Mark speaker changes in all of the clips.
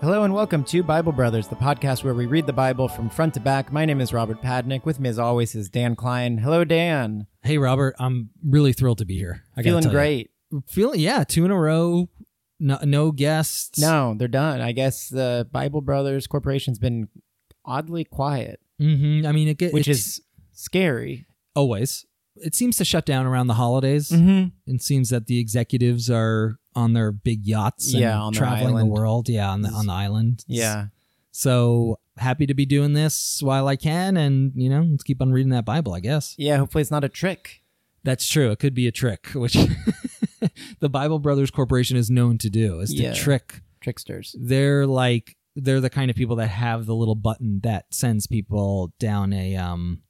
Speaker 1: Hello and welcome to Bible Brothers, the podcast where we read the Bible from front to back. My name is Robert Padnick. With me, as always, is Dan Klein. Hello, Dan.
Speaker 2: Hey Robert, I'm really thrilled to be here. I gotta
Speaker 1: Feeling
Speaker 2: tell you.
Speaker 1: great.
Speaker 2: Feeling yeah, two in a row. No, no guests.
Speaker 1: No, they're done. I guess the Bible Brothers Corporation's been oddly quiet,
Speaker 2: hmm I mean, it get,
Speaker 1: which
Speaker 2: it-
Speaker 1: is scary.
Speaker 2: always. It seems to shut down around the holidays.
Speaker 1: Mm-hmm.
Speaker 2: It seems that the executives are on their big yachts and
Speaker 1: Yeah, on their
Speaker 2: traveling the
Speaker 1: island.
Speaker 2: world. Yeah, on the on the island.
Speaker 1: Yeah.
Speaker 2: So happy to be doing this while I can, and you know, let's keep on reading that Bible. I guess
Speaker 1: Yeah. Hopefully, it's not a trick.
Speaker 2: that's true. It could be a trick, which the Bible Brothers Corporation is known to do, is to
Speaker 1: Yeah.
Speaker 2: trick
Speaker 1: Tricksters.
Speaker 2: they're like they're the kind of people that have the little button that sends people down a um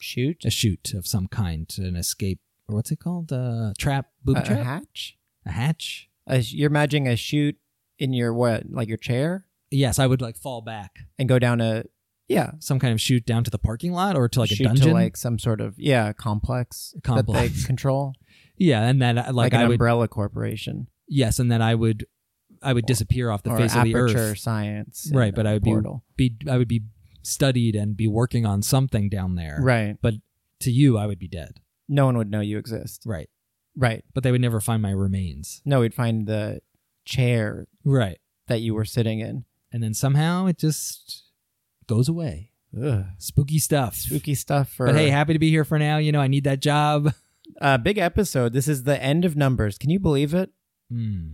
Speaker 1: Shoot.
Speaker 2: a chute of some kind, an escape or what's it called? Uh, trap, booby
Speaker 1: A, a
Speaker 2: trap,
Speaker 1: hatch?
Speaker 2: a hatch.
Speaker 1: A, sh- you're imagining a shoot in your what? Like your chair?
Speaker 2: Yes, I would like fall back
Speaker 1: And go down a. Yeah.
Speaker 2: some kind of chute down to the parking lot or to like
Speaker 1: shoot
Speaker 2: a dungeon.
Speaker 1: to like some sort of yeah complex, that
Speaker 2: Complex.
Speaker 1: they control,
Speaker 2: yeah, and that uh,
Speaker 1: like,
Speaker 2: like,
Speaker 1: an
Speaker 2: I would
Speaker 1: umbrella corporation
Speaker 2: yes, and that I would I would disappear off the
Speaker 1: or
Speaker 2: face of the
Speaker 1: aperture
Speaker 2: earth.
Speaker 1: science,
Speaker 2: Right,
Speaker 1: and
Speaker 2: but I would be-
Speaker 1: portal.
Speaker 2: Be I would be studied and be working on something down there.
Speaker 1: right.
Speaker 2: To you, I would be dead.
Speaker 1: No one would know you exist.
Speaker 2: Right,
Speaker 1: Right.
Speaker 2: but they would never find my remains.
Speaker 1: No, we'd find the chair
Speaker 2: Right.
Speaker 1: that you were sitting in.
Speaker 2: and then somehow it just goes away.
Speaker 1: Ugh.
Speaker 2: Spooky stuff.
Speaker 1: Spooky stuff. For
Speaker 2: But hey, happy to be here for now. You know, I need that job.
Speaker 1: uh, big episode. This is the end of numbers. Can you believe it?
Speaker 2: Hmm.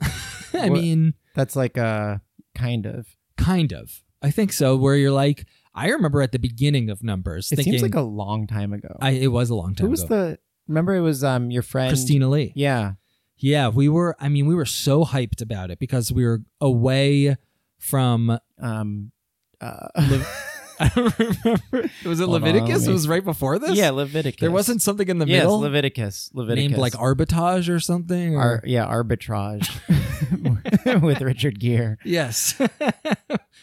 Speaker 2: I
Speaker 1: What-
Speaker 2: mean,
Speaker 1: That's like uh, kind of.
Speaker 2: kind of. I think so. Where you're like, I remember at the beginning of numbers
Speaker 1: It
Speaker 2: thinking
Speaker 1: seems like a long time ago.
Speaker 2: I, it was a long time
Speaker 1: Who was
Speaker 2: ago.
Speaker 1: the? Remember, it was um your friend
Speaker 2: Christina Lee.
Speaker 1: Yeah,
Speaker 2: Yeah, we were. I mean, we were so hyped about it because we were away from.
Speaker 1: um, uh,
Speaker 2: I don't remember. Was it
Speaker 1: Hold on,
Speaker 2: Leviticus?
Speaker 1: let
Speaker 2: it
Speaker 1: me-
Speaker 2: was right before this.
Speaker 1: yeah Leviticus.
Speaker 2: there wasn't something in the
Speaker 1: yes,
Speaker 2: middle
Speaker 1: Leviticus. Leviticus
Speaker 2: named like arbitrage or something. Or,
Speaker 1: Ar- yeah, arbitrage with Richard Gere.
Speaker 2: yes.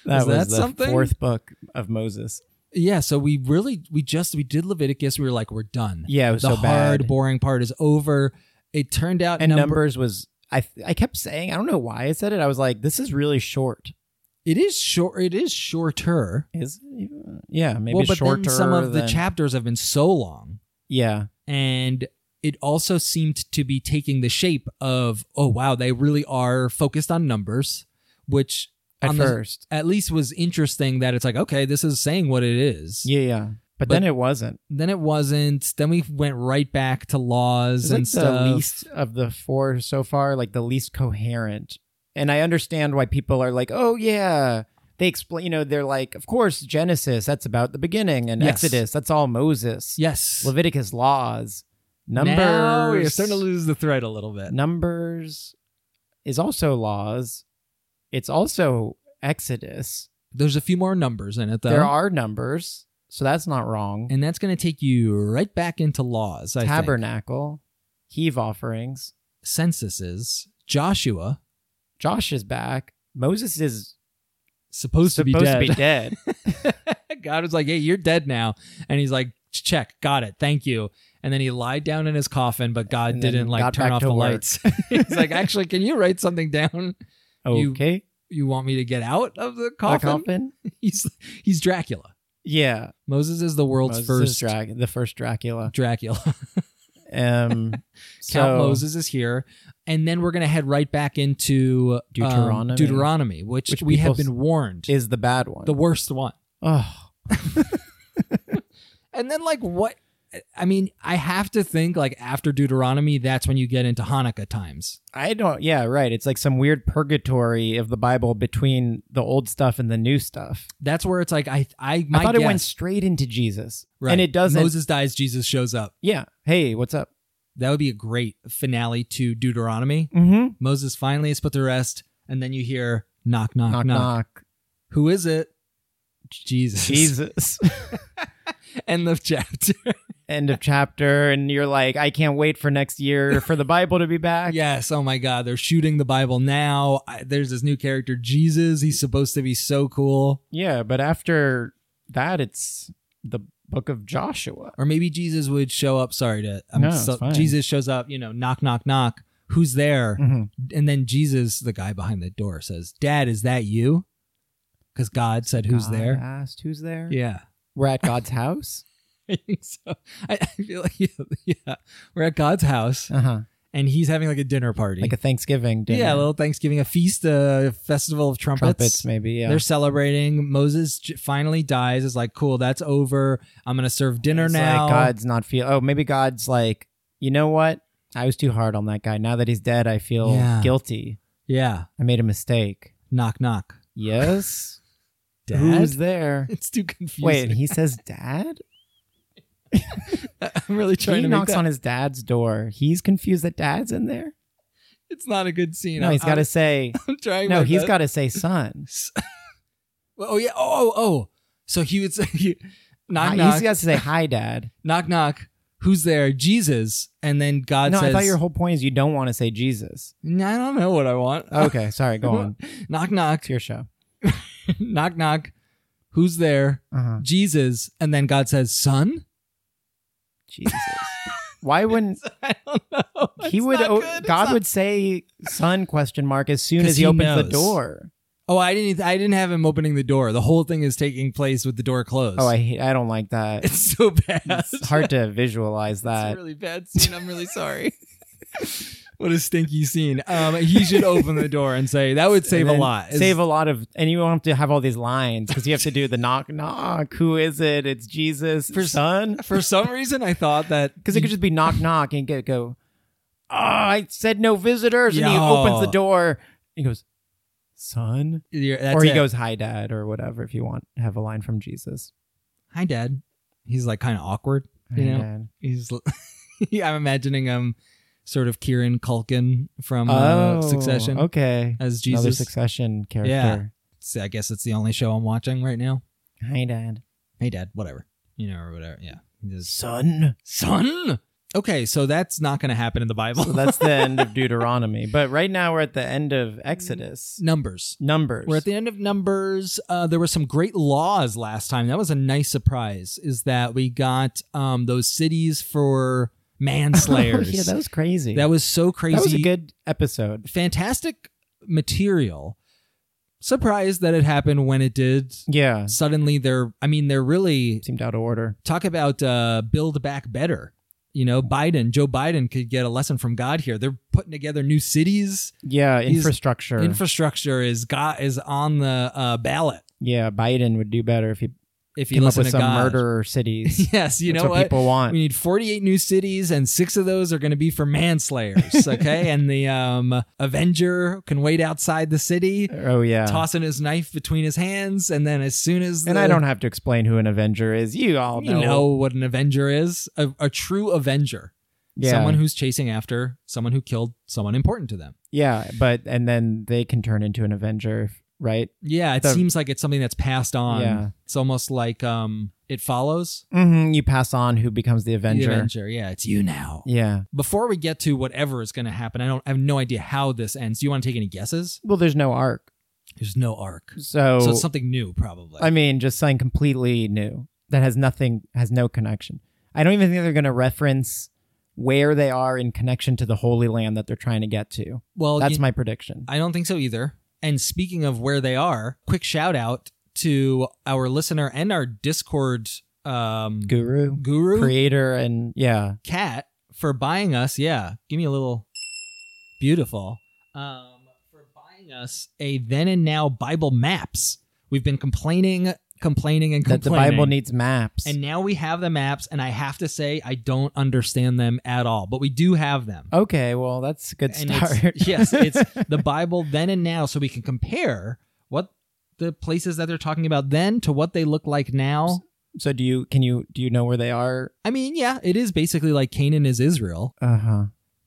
Speaker 1: That was,
Speaker 2: Was that
Speaker 1: the
Speaker 2: something?
Speaker 1: fourth book of Moses.
Speaker 2: Yeah, so we really we just we did Leviticus. We were like, we're done.
Speaker 1: Yeah, it was
Speaker 2: the
Speaker 1: so
Speaker 2: hard,
Speaker 1: bad.
Speaker 2: boring part is over. It turned out
Speaker 1: and
Speaker 2: number,
Speaker 1: numbers was I I kept saying I don't know why I said it. I was like, this is really short.
Speaker 2: it is short. It is shorter.
Speaker 1: Is yeah maybe
Speaker 2: well, but
Speaker 1: shorter.
Speaker 2: then some of the
Speaker 1: than-
Speaker 2: chapters have been so long,
Speaker 1: yeah
Speaker 2: and it also seemed to be taking the shape of oh wow, they really are focused on numbers, which
Speaker 1: at
Speaker 2: on the-
Speaker 1: first
Speaker 2: at least was interesting. That it's like okay, this is saying what it is.
Speaker 1: yeah yeah. But,
Speaker 2: But-
Speaker 1: then it wasn't.
Speaker 2: Then it wasn't. Then we went right back to
Speaker 1: It's
Speaker 2: laws and
Speaker 1: like
Speaker 2: stuff.
Speaker 1: the least of the four so far, like the least coherent. And I understand why people are like, oh yeah, they explain. You know, they're like, of course Genesis, that's about the beginning, and
Speaker 2: Yes.
Speaker 1: Exodus, that's all Moses.
Speaker 2: yes,
Speaker 1: Leviticus laws, numbers.
Speaker 2: Now you're starting to lose the thread a little bit.
Speaker 1: numbers is also laws. It's also Exodus.
Speaker 2: There's a few more numbers in it though.
Speaker 1: There are numbers, so that's not wrong.
Speaker 2: and that's going to take you right back into laws. I think.
Speaker 1: Tabernacle, heave offerings.
Speaker 2: censuses, Joshua
Speaker 1: Josh is back. Moses is
Speaker 2: supposed,
Speaker 1: supposed to be
Speaker 2: dead.
Speaker 1: dead.
Speaker 2: God was like, "Hey, you're dead now," and he's like, "Check, got it, thank you." And then he lied down in his coffin, but God
Speaker 1: And then
Speaker 2: didn't like
Speaker 1: got
Speaker 2: turn
Speaker 1: back
Speaker 2: off
Speaker 1: to
Speaker 2: the
Speaker 1: work.
Speaker 2: lights. he's like, "Actually, can you write something down? You-
Speaker 1: okay.
Speaker 2: You want me to get out of the
Speaker 1: A
Speaker 2: coffin?" He's he's Dracula.
Speaker 1: Yeah.
Speaker 2: Moses is the world's
Speaker 1: Moses is
Speaker 2: first
Speaker 1: Drag- the first Dracula.
Speaker 2: Dracula.
Speaker 1: Um, so,
Speaker 2: Count Moses is here, and then we're going to head right back into um,
Speaker 1: Deuteronomy.
Speaker 2: Deuteronomy, which,
Speaker 1: Which
Speaker 2: we have
Speaker 1: people s-
Speaker 2: been warned
Speaker 1: is the bad one.
Speaker 2: the worst one.
Speaker 1: oh,
Speaker 2: And then like what? I mean, I have to think like after Deuteronomy, that's when you get into Hanukkah times.
Speaker 1: I don't. Yeah, right. It's like some weird purgatory of the Bible between the old stuff and the new stuff.
Speaker 2: That's where it's like I I my
Speaker 1: I thought
Speaker 2: guess,
Speaker 1: it went straight into Jesus,
Speaker 2: right,
Speaker 1: and it doesn't.
Speaker 2: Moses dies, Jesus shows up.
Speaker 1: yeah. Hey, what's up?
Speaker 2: That would be a great finale to Deuteronomy.
Speaker 1: Mm-hmm.
Speaker 2: Moses finally is put to rest, and then you hear knock knock knock.
Speaker 1: Knock knock.
Speaker 2: Who is it? Jesus.
Speaker 1: Jesus.
Speaker 2: End of chapter.
Speaker 1: End of chapter, and you're like, I can't wait for next year for the Bible to be back.
Speaker 2: Yes. Oh my God. They're shooting the Bible now. I, there's this new character, Jesus. He's supposed to be so cool.
Speaker 1: Yeah, but after that, it's the Book of Joshua.
Speaker 2: Or maybe Jesus would show up. Sorry to. I'm
Speaker 1: No, it's fine.
Speaker 2: Jesus shows up, you know, knock, knock, knock. who's there?
Speaker 1: Mhm.
Speaker 2: And then Jesus, the guy behind the door, says, Dad, is that you? Because God said, Who's
Speaker 1: God
Speaker 2: there?
Speaker 1: Asked who's there?
Speaker 2: Yeah.
Speaker 1: We're at God's house.
Speaker 2: I think so. I, I feel like, yeah, yeah. We're at God's house
Speaker 1: Uh huh.
Speaker 2: and he's having like a dinner party.
Speaker 1: Like a Thanksgiving dinner.
Speaker 2: Yeah, a little Thanksgiving, a feast, a festival of trumpets.
Speaker 1: trumpets, maybe. Yeah.
Speaker 2: They're celebrating. Moses j- finally dies. Is like, cool, that's over. I'm gonna serve dinner
Speaker 1: It's like
Speaker 2: now.
Speaker 1: God's not feel. Oh, maybe God's like, you know what? I was too hard on that guy. Now that he's dead, I feel
Speaker 2: Yeah.
Speaker 1: guilty.
Speaker 2: Yeah,
Speaker 1: I made a mistake.
Speaker 2: knock knock.
Speaker 1: Yes.
Speaker 2: Dad,
Speaker 1: Who's there?
Speaker 2: it's too confusing.
Speaker 1: Wait, he says dad?
Speaker 2: I'm really trying
Speaker 1: he
Speaker 2: to make
Speaker 1: knocks
Speaker 2: that.
Speaker 1: on his dad's door. He's confused that dad's in there.
Speaker 2: It's not a good scene.
Speaker 1: no,
Speaker 2: I'm-
Speaker 1: he's got
Speaker 2: I'm-
Speaker 1: to say.
Speaker 2: I'm trying.
Speaker 1: No,
Speaker 2: my
Speaker 1: he's
Speaker 2: best.
Speaker 1: got to say son.
Speaker 2: Well, oh yeah. Oh oh. oh. So he would say, he, knock
Speaker 1: Hi-
Speaker 2: knock
Speaker 1: He's got to say hi, dad.
Speaker 2: knock knock. Who's there? Jesus. And then God
Speaker 1: no,
Speaker 2: says,
Speaker 1: I thought your whole point is you don't want to say Jesus.
Speaker 2: "Nah, I don't know what I want.
Speaker 1: Oh, Okay, sorry.
Speaker 2: Uh-huh.
Speaker 1: Go on.
Speaker 2: knock knock
Speaker 1: It's your show.
Speaker 2: knock knock. Who's there?
Speaker 1: Uh-huh.
Speaker 2: Jesus. And then God says, son.
Speaker 1: Jesus. Why wouldn't
Speaker 2: I don't know.
Speaker 1: he
Speaker 2: It's
Speaker 1: would
Speaker 2: not
Speaker 1: o-
Speaker 2: good. It's
Speaker 1: God
Speaker 2: not-
Speaker 1: would say son question mark as soon
Speaker 2: 'Cause
Speaker 1: as he,
Speaker 2: he
Speaker 1: opens the
Speaker 2: knows.
Speaker 1: door.
Speaker 2: Oh, I didn't. I didn't have him opening the door. The whole thing is taking place with the door closed.
Speaker 1: Oh, I hate, I don't like that.
Speaker 2: It's so bad.
Speaker 1: It's hard to visualize
Speaker 2: It's a
Speaker 1: that.
Speaker 2: really bad scene. I'm really sorry. what a stinky scene. Um, he should open the door and say that would save
Speaker 1: And
Speaker 2: a
Speaker 1: then
Speaker 2: lot. It's-
Speaker 1: Save a lot of, and you don't have to have all these lines because you have to do the knock, knock. Who is it? It's Jesus. For son.
Speaker 2: for some reason, I thought that
Speaker 1: Because it could just be knock, knock, and get go. Oh, I said no visitors, and he
Speaker 2: Yeah.
Speaker 1: opens the door. He goes, son,
Speaker 2: you're- that's
Speaker 1: or he
Speaker 2: it.
Speaker 1: goes, hi, dad, or whatever. If you want, have a line from Jesus.
Speaker 2: "Hi, Dad." He's like kind of awkward. You
Speaker 1: Hi,
Speaker 2: know,
Speaker 1: Dad.
Speaker 2: he's. l- I'm imagining him, sort of Kieran Culkin from uh,
Speaker 1: oh,
Speaker 2: Succession
Speaker 1: Okay,
Speaker 2: as
Speaker 1: another
Speaker 2: Jesus.
Speaker 1: Succession character.
Speaker 2: So I guess it's the only show I'm watching right now.
Speaker 1: Hi, Dad.
Speaker 2: Hey, Dad, whatever. You know, or whatever. Yeah. He just-
Speaker 1: Son.
Speaker 2: Son? Okay, so that's not going to happen in the Bible.
Speaker 1: So that's the end of Deuteronomy. But right now we're at the end of Exodus.
Speaker 2: Numbers.
Speaker 1: Numbers.
Speaker 2: We're at the end of Numbers. Uh, there were some great laws last time. That was a nice surprise, is that we got um, those cities for manslayers.
Speaker 1: Oh, yeah, that was crazy.
Speaker 2: That was so crazy.
Speaker 1: That was a good episode.
Speaker 2: Fantastic material. Surprised that it happened when it did.
Speaker 1: Yeah,
Speaker 2: Suddenly, they're, I mean, they're really
Speaker 1: seemed out of order.
Speaker 2: talk about uh, build back better. You know, Biden, Joe Biden could get a lesson from God here. They're putting together new cities.
Speaker 1: Yeah,
Speaker 2: He's-
Speaker 1: infrastructure.
Speaker 2: Infrastructure is got is on the uh, ballot.
Speaker 1: yeah, Biden would do better if he
Speaker 2: If you
Speaker 1: came up
Speaker 2: listen
Speaker 1: with
Speaker 2: to
Speaker 1: some
Speaker 2: God.
Speaker 1: murderer cities.
Speaker 2: yes, you
Speaker 1: That's
Speaker 2: know
Speaker 1: what,
Speaker 2: what.
Speaker 1: people want.
Speaker 2: We need 48 new cities, and six of those are going to be for manslayers. Okay, and the um, Avenger can wait outside the city,
Speaker 1: oh yeah.
Speaker 2: tossing his knife between his hands, and then as soon as
Speaker 1: and
Speaker 2: the,
Speaker 1: I don't have to explain who an Avenger is. You all
Speaker 2: you
Speaker 1: know.
Speaker 2: know what an Avenger is, a, a true Avenger.
Speaker 1: yeah.
Speaker 2: someone who's chasing after someone who killed someone important to them.
Speaker 1: yeah, but and then they can turn into an Avenger, right?
Speaker 2: Yeah, it
Speaker 1: The-
Speaker 2: seems like it's something that's passed on.
Speaker 1: Yeah.
Speaker 2: It's almost like um it follows
Speaker 1: hmm You pass on who becomes the
Speaker 2: the
Speaker 1: Avenger.
Speaker 2: Avenger. Yeah, it's you now.
Speaker 1: Yeah.
Speaker 2: Before we get to whatever is going to happen, I don't I have no idea how this ends. Do you want to take any guesses?
Speaker 1: Well, there's no arc,
Speaker 2: There's no arc.
Speaker 1: so,
Speaker 2: So it's something new probably.
Speaker 1: I mean, just something completely new that has nothing, has no connection. I don't even think they're going to reference where they are in connection to the Holy Land that they're trying to get to.
Speaker 2: well,
Speaker 1: That's
Speaker 2: you-
Speaker 1: my prediction.
Speaker 2: I don't think so either. And speaking of where they are, quick shout out to our listener and our Discord um
Speaker 1: Guru,
Speaker 2: guru
Speaker 1: creator, and yeah,
Speaker 2: cat for buying us. Yeah, give me a little beautiful. Um, for buying us a then and now Bible maps. We've been complaining, complaining, and
Speaker 1: that the
Speaker 2: complaining.
Speaker 1: Bible needs maps.
Speaker 2: and now we have the maps, and I have to say I don't understand them at all, but we do have them.
Speaker 1: okay, well, that's a Oh, good
Speaker 2: and
Speaker 1: start.
Speaker 2: It's, yes, it's the Bible then and now, so we can compare what the places that they're talking about then to what they look like now.
Speaker 1: so do you? Can you? Do you know where they are?
Speaker 2: I mean, yeah, it is basically like Canaan is Israel.
Speaker 1: Uh huh.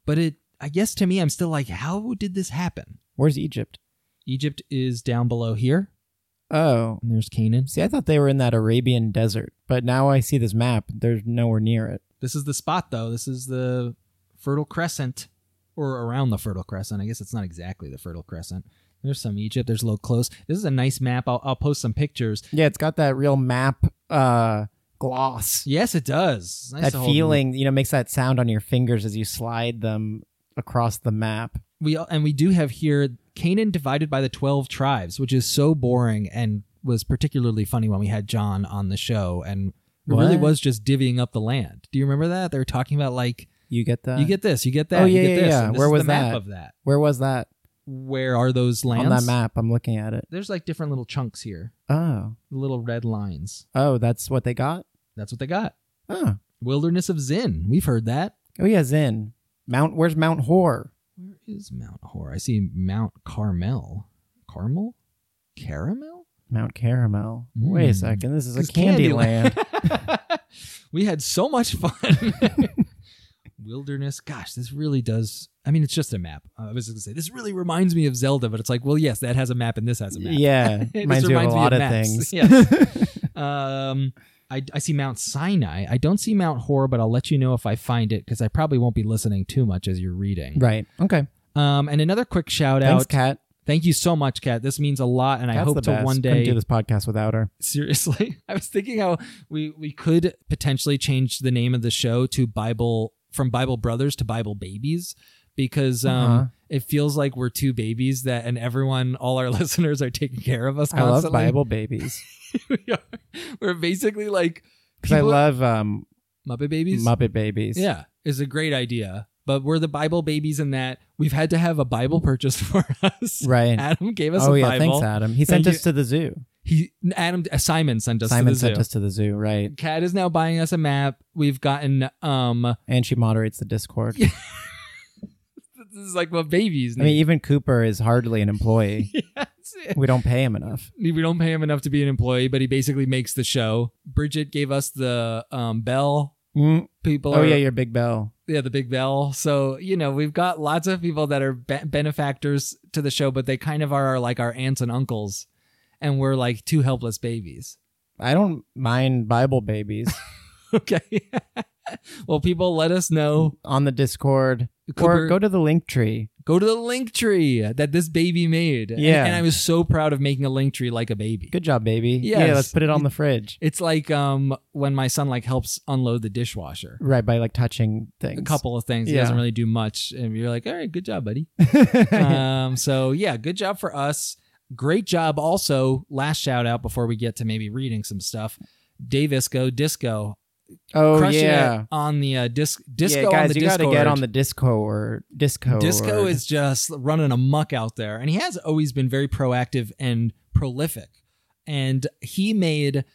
Speaker 2: but it i guess to me i'm still like how did this happen
Speaker 1: Where's Egypt?
Speaker 2: egypt is down below here
Speaker 1: Oh,
Speaker 2: and there's canaan
Speaker 1: see, I thought they were in that Arabian desert, but now I see this map. They're nowhere near it.
Speaker 2: this is the spot though this is the fertile crescent or around the fertile crescent i guess it's not exactly the fertile crescent there's some egypt there's low close this is a nice map i'll, I'll post some pictures
Speaker 1: Yeah, it's got that real map uh, gloss.
Speaker 2: yes it does It's nice
Speaker 1: that
Speaker 2: to hold in the-
Speaker 1: feeling, you know, makes that sound on your fingers as you slide them across the map.
Speaker 2: we and we do have here Canaan divided by the 12 tribes, which is so boring and was particularly funny when we had John on the show and it really
Speaker 1: What?
Speaker 2: was just divvying up the land. Do you remember that? They were talking about like
Speaker 1: You get that?
Speaker 2: you get this, you get that,
Speaker 1: Oh,
Speaker 2: you
Speaker 1: yeah,
Speaker 2: get
Speaker 1: yeah,
Speaker 2: this.
Speaker 1: yeah.
Speaker 2: and this
Speaker 1: Where
Speaker 2: is
Speaker 1: was
Speaker 2: the map
Speaker 1: that?
Speaker 2: of that?
Speaker 1: Where was that
Speaker 2: Where are those lands?
Speaker 1: on that map? I'm looking at it.
Speaker 2: There's like different little chunks here,
Speaker 1: Oh,
Speaker 2: little red lines.
Speaker 1: oh, that's what they got.
Speaker 2: That's what they got.
Speaker 1: Oh,
Speaker 2: Wilderness of Zin. We've heard that.
Speaker 1: oh yeah, Zin. Mount. Where's Mount Hor?
Speaker 2: Where is Mount Hor? I see Mount Carmel. Carmel? Caramel?
Speaker 1: Mount Caramel. Wait
Speaker 2: Hmm.
Speaker 1: a second. This is a
Speaker 2: It's
Speaker 1: candy, land.
Speaker 2: we had so much fun. Wilderness. Gosh, this really does. I mean, it's just a map. I was going to say, this really reminds me of Zelda, but it's like, well, yes, that has a map and this has a map.
Speaker 1: yeah,
Speaker 2: This
Speaker 1: reminds you of
Speaker 2: reminds
Speaker 1: a
Speaker 2: me
Speaker 1: lot of,
Speaker 2: maps.
Speaker 1: things.
Speaker 2: Yes. um, I, I see Mount Sinai. I don't see Mount Hor, but I'll let you know if I find it because I probably won't be listening too much as you're reading.
Speaker 1: Right. Okay.
Speaker 2: Um, and another quick shout
Speaker 1: Thanks,
Speaker 2: out.
Speaker 1: Kat.
Speaker 2: Thank you so much, Kat. This means a lot, and I
Speaker 1: Kat's
Speaker 2: hope
Speaker 1: the
Speaker 2: to
Speaker 1: best.
Speaker 2: one
Speaker 1: Couldn't
Speaker 2: day
Speaker 1: do this podcast without her.
Speaker 2: Seriously, I was thinking how we we could potentially change the name of the show to Bible from Bible Brothers to Bible Babies because um,
Speaker 1: Uh-huh.
Speaker 2: it feels like we're two babies that and everyone all our listeners are taking care of us
Speaker 1: I love
Speaker 2: constantly.
Speaker 1: Bible babies
Speaker 2: we are, we're basically like
Speaker 1: because I
Speaker 2: people-
Speaker 1: love um,
Speaker 2: Muppet Babies.
Speaker 1: Muppet babies.
Speaker 2: Yeah, is a great idea, but we're the Bible Babies in that we've had to have a Bible purchased for us.
Speaker 1: Right.
Speaker 2: Adam gave us
Speaker 1: oh
Speaker 2: a
Speaker 1: yeah.
Speaker 2: Bible.
Speaker 1: Thanks, Adam. He sent
Speaker 2: Thank
Speaker 1: us to the zoo.
Speaker 2: He Adam Simon sent us
Speaker 1: Simon
Speaker 2: to the
Speaker 1: sent
Speaker 2: zoo.
Speaker 1: us to the zoo. Right.
Speaker 2: Kat is now buying us a map. We've gotten um
Speaker 1: And she moderates the Discord.
Speaker 2: this is like what babies
Speaker 1: I mean,
Speaker 2: need.
Speaker 1: even Cooper is hardly an employee.
Speaker 2: That's it.
Speaker 1: we don't pay him enough.
Speaker 2: we don't pay him enough to be an employee, but he basically makes the show. Bridget gave us the um bell.
Speaker 1: Mm.
Speaker 2: People
Speaker 1: Oh
Speaker 2: are,
Speaker 1: yeah, your big bell.
Speaker 2: yeah, the big bell. So, you know, we've got lots of people that are be- benefactors to the show, but they kind of are like our aunts and uncles, and we're like two helpless babies.
Speaker 1: I don't mind Bible babies
Speaker 2: Okay. well, people, let us know.
Speaker 1: on the Discord
Speaker 2: Cooper-
Speaker 1: or go to the link tree.
Speaker 2: go to the link tree that this baby made. And-
Speaker 1: Yeah.
Speaker 2: And, I was so proud of making a link tree like a baby.
Speaker 1: Good job, baby.
Speaker 2: Yes.
Speaker 1: Yeah, let's put it on the fridge.
Speaker 2: It's like um when my son like helps unload the dishwasher.
Speaker 1: Right by like touching things.
Speaker 2: A couple of things. He
Speaker 1: Yeah.
Speaker 2: doesn't really do much. And you're like, all right, good job, buddy. um, so yeah, good job for us. Great job. Also, last shout out before we get to maybe reading some stuff. Davisco Disco
Speaker 1: oh
Speaker 2: crushing
Speaker 1: yeah.
Speaker 2: it on the uh, disc disco
Speaker 1: yeah, guys,
Speaker 2: on the
Speaker 1: you
Speaker 2: Discord.
Speaker 1: gotta get on the disco or disco.
Speaker 2: Disco is just running amok out there, and he has always been very proactive and prolific. And he made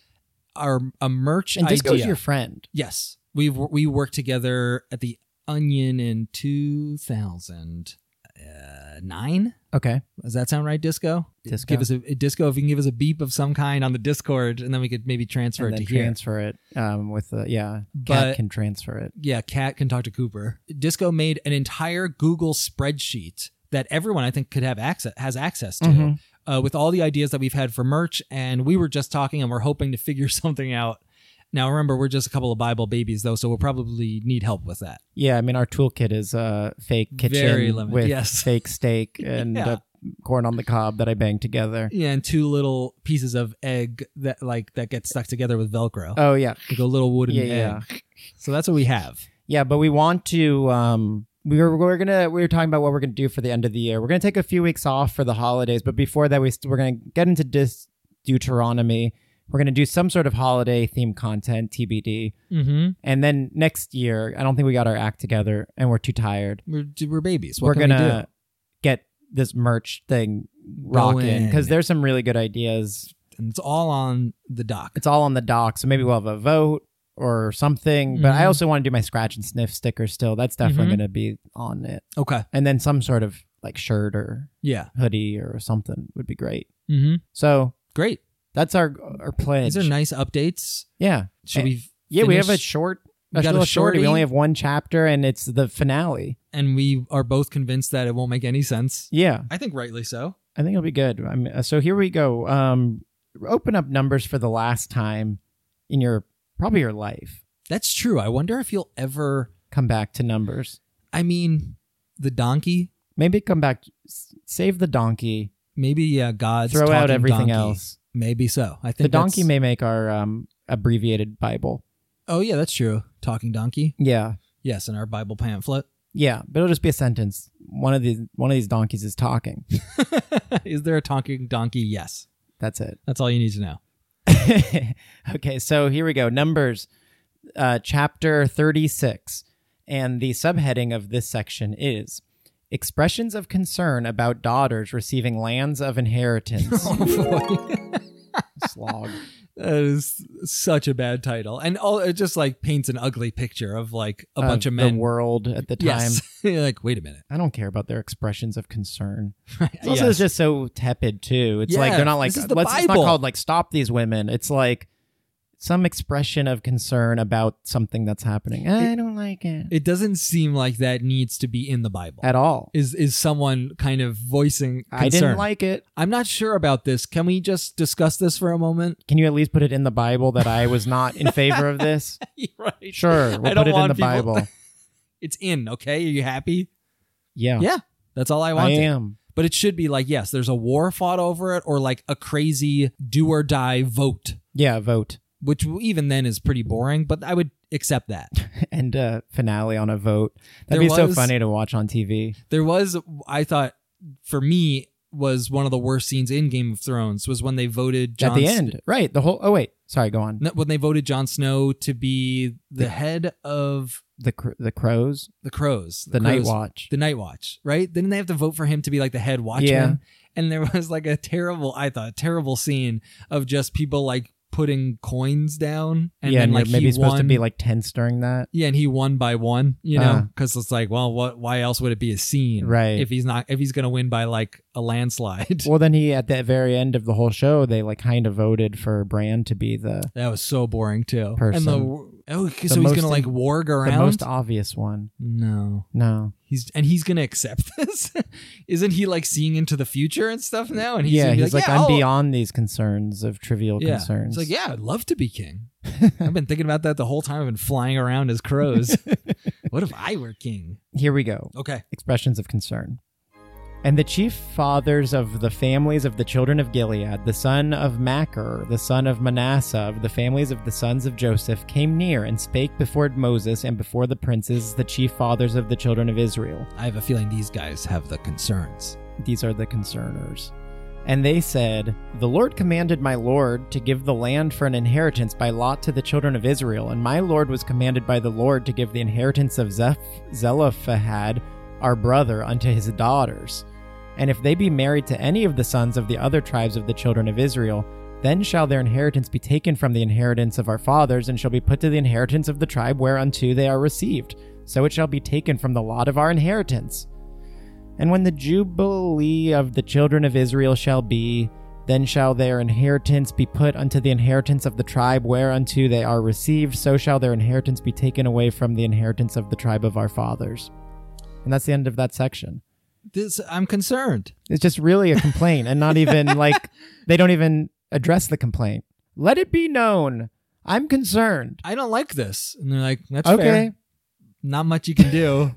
Speaker 2: our a merch
Speaker 1: and disco's
Speaker 2: idea.
Speaker 1: your friend.
Speaker 2: yes, we we worked together at the Onion in two thousand nine.
Speaker 1: Okay.
Speaker 2: Does that sound right, Disco?
Speaker 1: Disco.
Speaker 2: Give us a, Disco if you can give us a beep of some kind on the Discord, and then we could maybe transfer
Speaker 1: and
Speaker 2: it
Speaker 1: then
Speaker 2: to here.
Speaker 1: transfer it um, with the yeah.
Speaker 2: But-
Speaker 1: Cat can transfer it.
Speaker 2: yeah, Cat can talk to Cooper. Disco made an entire Google spreadsheet that everyone I think could have access has access to,
Speaker 1: Mhm.
Speaker 2: uh, with all the ideas that we've had for merch. And we were just talking, and we're hoping to figure something out. Now, remember, we're just a couple of Bible babies, though, so we'll probably need help with that.
Speaker 1: Yeah, I mean our toolkit is uh, fake kitchen
Speaker 2: Very limited,
Speaker 1: with
Speaker 2: yes.
Speaker 1: fake steak and
Speaker 2: Yeah.
Speaker 1: uh, corn on the cob that I banged together.
Speaker 2: Yeah, and two little pieces of egg that like that get stuck together with Velcro,
Speaker 1: Oh yeah,
Speaker 2: like a little wooden
Speaker 1: yeah,
Speaker 2: egg.
Speaker 1: yeah,
Speaker 2: So that's what we have.
Speaker 1: yeah. But we want to. Um, we were we are gonna we were talking about what we're gonna do for the end of the year. We're gonna take a few weeks off for the holidays, but before that, we st- we're gonna get into dis- Deuteronomy. We're gonna do some sort of holiday theme content, TBD.
Speaker 2: Mm-hmm.
Speaker 1: And then next year, I don't think we got our act together, and we're too tired.
Speaker 2: We're, we're babies. What
Speaker 1: we're
Speaker 2: can we do?
Speaker 1: gonna get this merch thing rocking because
Speaker 2: Going.
Speaker 1: there's some really good ideas.
Speaker 2: and it's all on the dock.
Speaker 1: It's all on the dock, so maybe we'll have a vote or something. But I
Speaker 2: Mhm.
Speaker 1: also want to do my scratch and sniff sticker still. That's definitely
Speaker 2: Mhm.
Speaker 1: going to be on it,
Speaker 2: Okay.
Speaker 1: and then some sort of like shirt or
Speaker 2: Yeah.
Speaker 1: hoodie or something would be great.
Speaker 2: Mm-hmm.
Speaker 1: So
Speaker 2: Great.
Speaker 1: that's our our pledge.
Speaker 2: These are nice updates.
Speaker 1: yeah,
Speaker 2: Should we?
Speaker 1: yeah. We have a
Speaker 2: finish-
Speaker 1: short.
Speaker 2: We
Speaker 1: a
Speaker 2: got a
Speaker 1: little Eh, shorty. We
Speaker 2: shorty.
Speaker 1: only have one chapter, and it's the finale.
Speaker 2: and we are both convinced that it won't make any sense.
Speaker 1: Yeah.
Speaker 2: I think rightly so.
Speaker 1: I think it'll be good. I'm, uh, so here we go. Um, open up numbers for the last time in your probably your life.
Speaker 2: That's true. I wonder if you'll ever.
Speaker 1: Come back to numbers.
Speaker 2: I mean, the donkey.
Speaker 1: Maybe come back. s- Save the donkey.
Speaker 2: Maybe yeah, God's
Speaker 1: throw out
Speaker 2: talking
Speaker 1: everything
Speaker 2: donkey.
Speaker 1: else.
Speaker 2: Maybe so. I
Speaker 1: The
Speaker 2: think
Speaker 1: donkey
Speaker 2: that's-
Speaker 1: may make our um, abbreviated Bible.
Speaker 2: Oh yeah, that's true. Talking donkey.
Speaker 1: Yeah,
Speaker 2: Yes, in our Bible pamphlet.
Speaker 1: Yeah, but it'll just be a sentence. One of these one of these donkeys is talking.
Speaker 2: Is there a talking donkey? Yes.
Speaker 1: That's it.
Speaker 2: That's all you need to know.
Speaker 1: okay, so here we go. Numbers, uh, chapter 36. And the subheading of this section is Expressions of Concern About Daughters Receiving Lands of Inheritance.
Speaker 2: Oh boy.
Speaker 1: Slog.
Speaker 2: That is such a bad title. And all it just like paints an ugly picture of like a bunch of men.
Speaker 1: The world at the time.
Speaker 2: yes. You're like, wait a minute.
Speaker 1: I don't care about their expressions of concern. It's also
Speaker 2: Yes.
Speaker 1: just so tepid, too. It's
Speaker 2: Yeah,
Speaker 1: like they're not like,
Speaker 2: this is the
Speaker 1: let's, it's not
Speaker 2: Bible.
Speaker 1: called like stop these women. It's like some expression of concern about something that's happening. I don't like it.
Speaker 2: It doesn't seem like that needs to be in the Bible.
Speaker 1: at all.
Speaker 2: Is is someone kind of voicing concern?
Speaker 1: I didn't like it.
Speaker 2: I'm not sure about this. Can we just discuss this for a moment?
Speaker 1: Can you at least put it in the Bible that I was not in favor of this?
Speaker 2: right.
Speaker 1: Sure, we'll
Speaker 2: I don't
Speaker 1: put it in
Speaker 2: want
Speaker 1: the
Speaker 2: people-
Speaker 1: Bible.
Speaker 2: It's in, okay? Are you happy?
Speaker 1: Yeah,
Speaker 2: Yeah. That's all I
Speaker 1: I
Speaker 2: want.
Speaker 1: am.
Speaker 2: But it should be like, yes, there's a war fought over it or like a crazy do or die vote,
Speaker 1: Yeah, vote
Speaker 2: which even then is pretty boring, but I would accept that.
Speaker 1: and uh, finale on a vote. That'd
Speaker 2: There
Speaker 1: be so
Speaker 2: was-
Speaker 1: funny to watch on TV.
Speaker 2: There was, I thought, for me, was one of the worst scenes in Game of Thrones was when they voted Jon
Speaker 1: At the
Speaker 2: Sn-
Speaker 1: end, right? The whole. Oh wait, sorry. Go on.
Speaker 2: No, when they voted Jon Snow to be the head of
Speaker 1: The cr- the crows,
Speaker 2: the crows,
Speaker 1: the night
Speaker 2: Crows-
Speaker 1: watch.
Speaker 2: the Night Watch, right? Didn't they have to vote for him to be like the head watchman?
Speaker 1: Yeah.
Speaker 2: And there was like a terrible, I thought, terrible scene of just people like putting coins down, and
Speaker 1: yeah,
Speaker 2: then
Speaker 1: and
Speaker 2: like
Speaker 1: maybe
Speaker 2: he
Speaker 1: it's supposed
Speaker 2: won.
Speaker 1: to be like tense during that.
Speaker 2: yeah, and he won by one, you know,
Speaker 1: Uh.
Speaker 2: because it's like, well, what? Why else would it be a scene,
Speaker 1: Right.
Speaker 2: If he's not, if he's gonna win by like a landslide,
Speaker 1: Well, then he at the very end of the whole show, they like kind of voted for Brand to be the
Speaker 2: that was so boring too.
Speaker 1: Person.
Speaker 2: And the oh, so he's
Speaker 1: most
Speaker 2: gonna like
Speaker 1: im-
Speaker 2: warg around.
Speaker 1: the most obvious one.
Speaker 2: no.
Speaker 1: No,
Speaker 2: He's and he's gonna accept this, isn't he? Like seeing into the future and stuff now, and he's
Speaker 1: yeah,
Speaker 2: gonna be
Speaker 1: he's
Speaker 2: like,
Speaker 1: like,
Speaker 2: yeah,
Speaker 1: I'm
Speaker 2: I'll-
Speaker 1: beyond these concerns of trivial
Speaker 2: yeah.
Speaker 1: concerns.
Speaker 2: It's like, yeah, I'd love to be king. I've been thinking about that the whole time. I've been flying around as crows. what if I were king?
Speaker 1: Here we go.
Speaker 2: Okay.
Speaker 1: Expressions of concern. And the chief fathers of the families of the children of Gilead, the son of Machir, the son of Manasseh, of the families of the sons of Joseph, came near and spake before Moses and before the princes, the chief fathers of the children of Israel.
Speaker 2: I have a feeling these guys have the concerns.
Speaker 1: These are the concerners. And they said, The Lord commanded my Lord to give the land for an inheritance by lot to the children of Israel, and my Lord was commanded by the Lord to give the inheritance of Zeph- Zelophehad, our brother, unto his daughters. And if they be married to any of the sons of the other tribes of the children of Israel, then shall their inheritance be taken from the inheritance of our fathers, and shall be put to the inheritance of the tribe whereunto they are received. So it shall be taken from the lot of our inheritance. And when the jubilee of the children of Israel shall be, then shall their inheritance be put unto the inheritance of the tribe whereunto they are received, so shall their inheritance be taken away from the inheritance of the tribe of our fathers. And that's the end of that section.
Speaker 2: This I'm concerned.
Speaker 1: It's just really a complaint, and not even like they don't even address the complaint. Let it be known, I'm concerned.
Speaker 2: I don't like this. And they're like, that's
Speaker 1: Okay,
Speaker 2: fair. Not much you can do.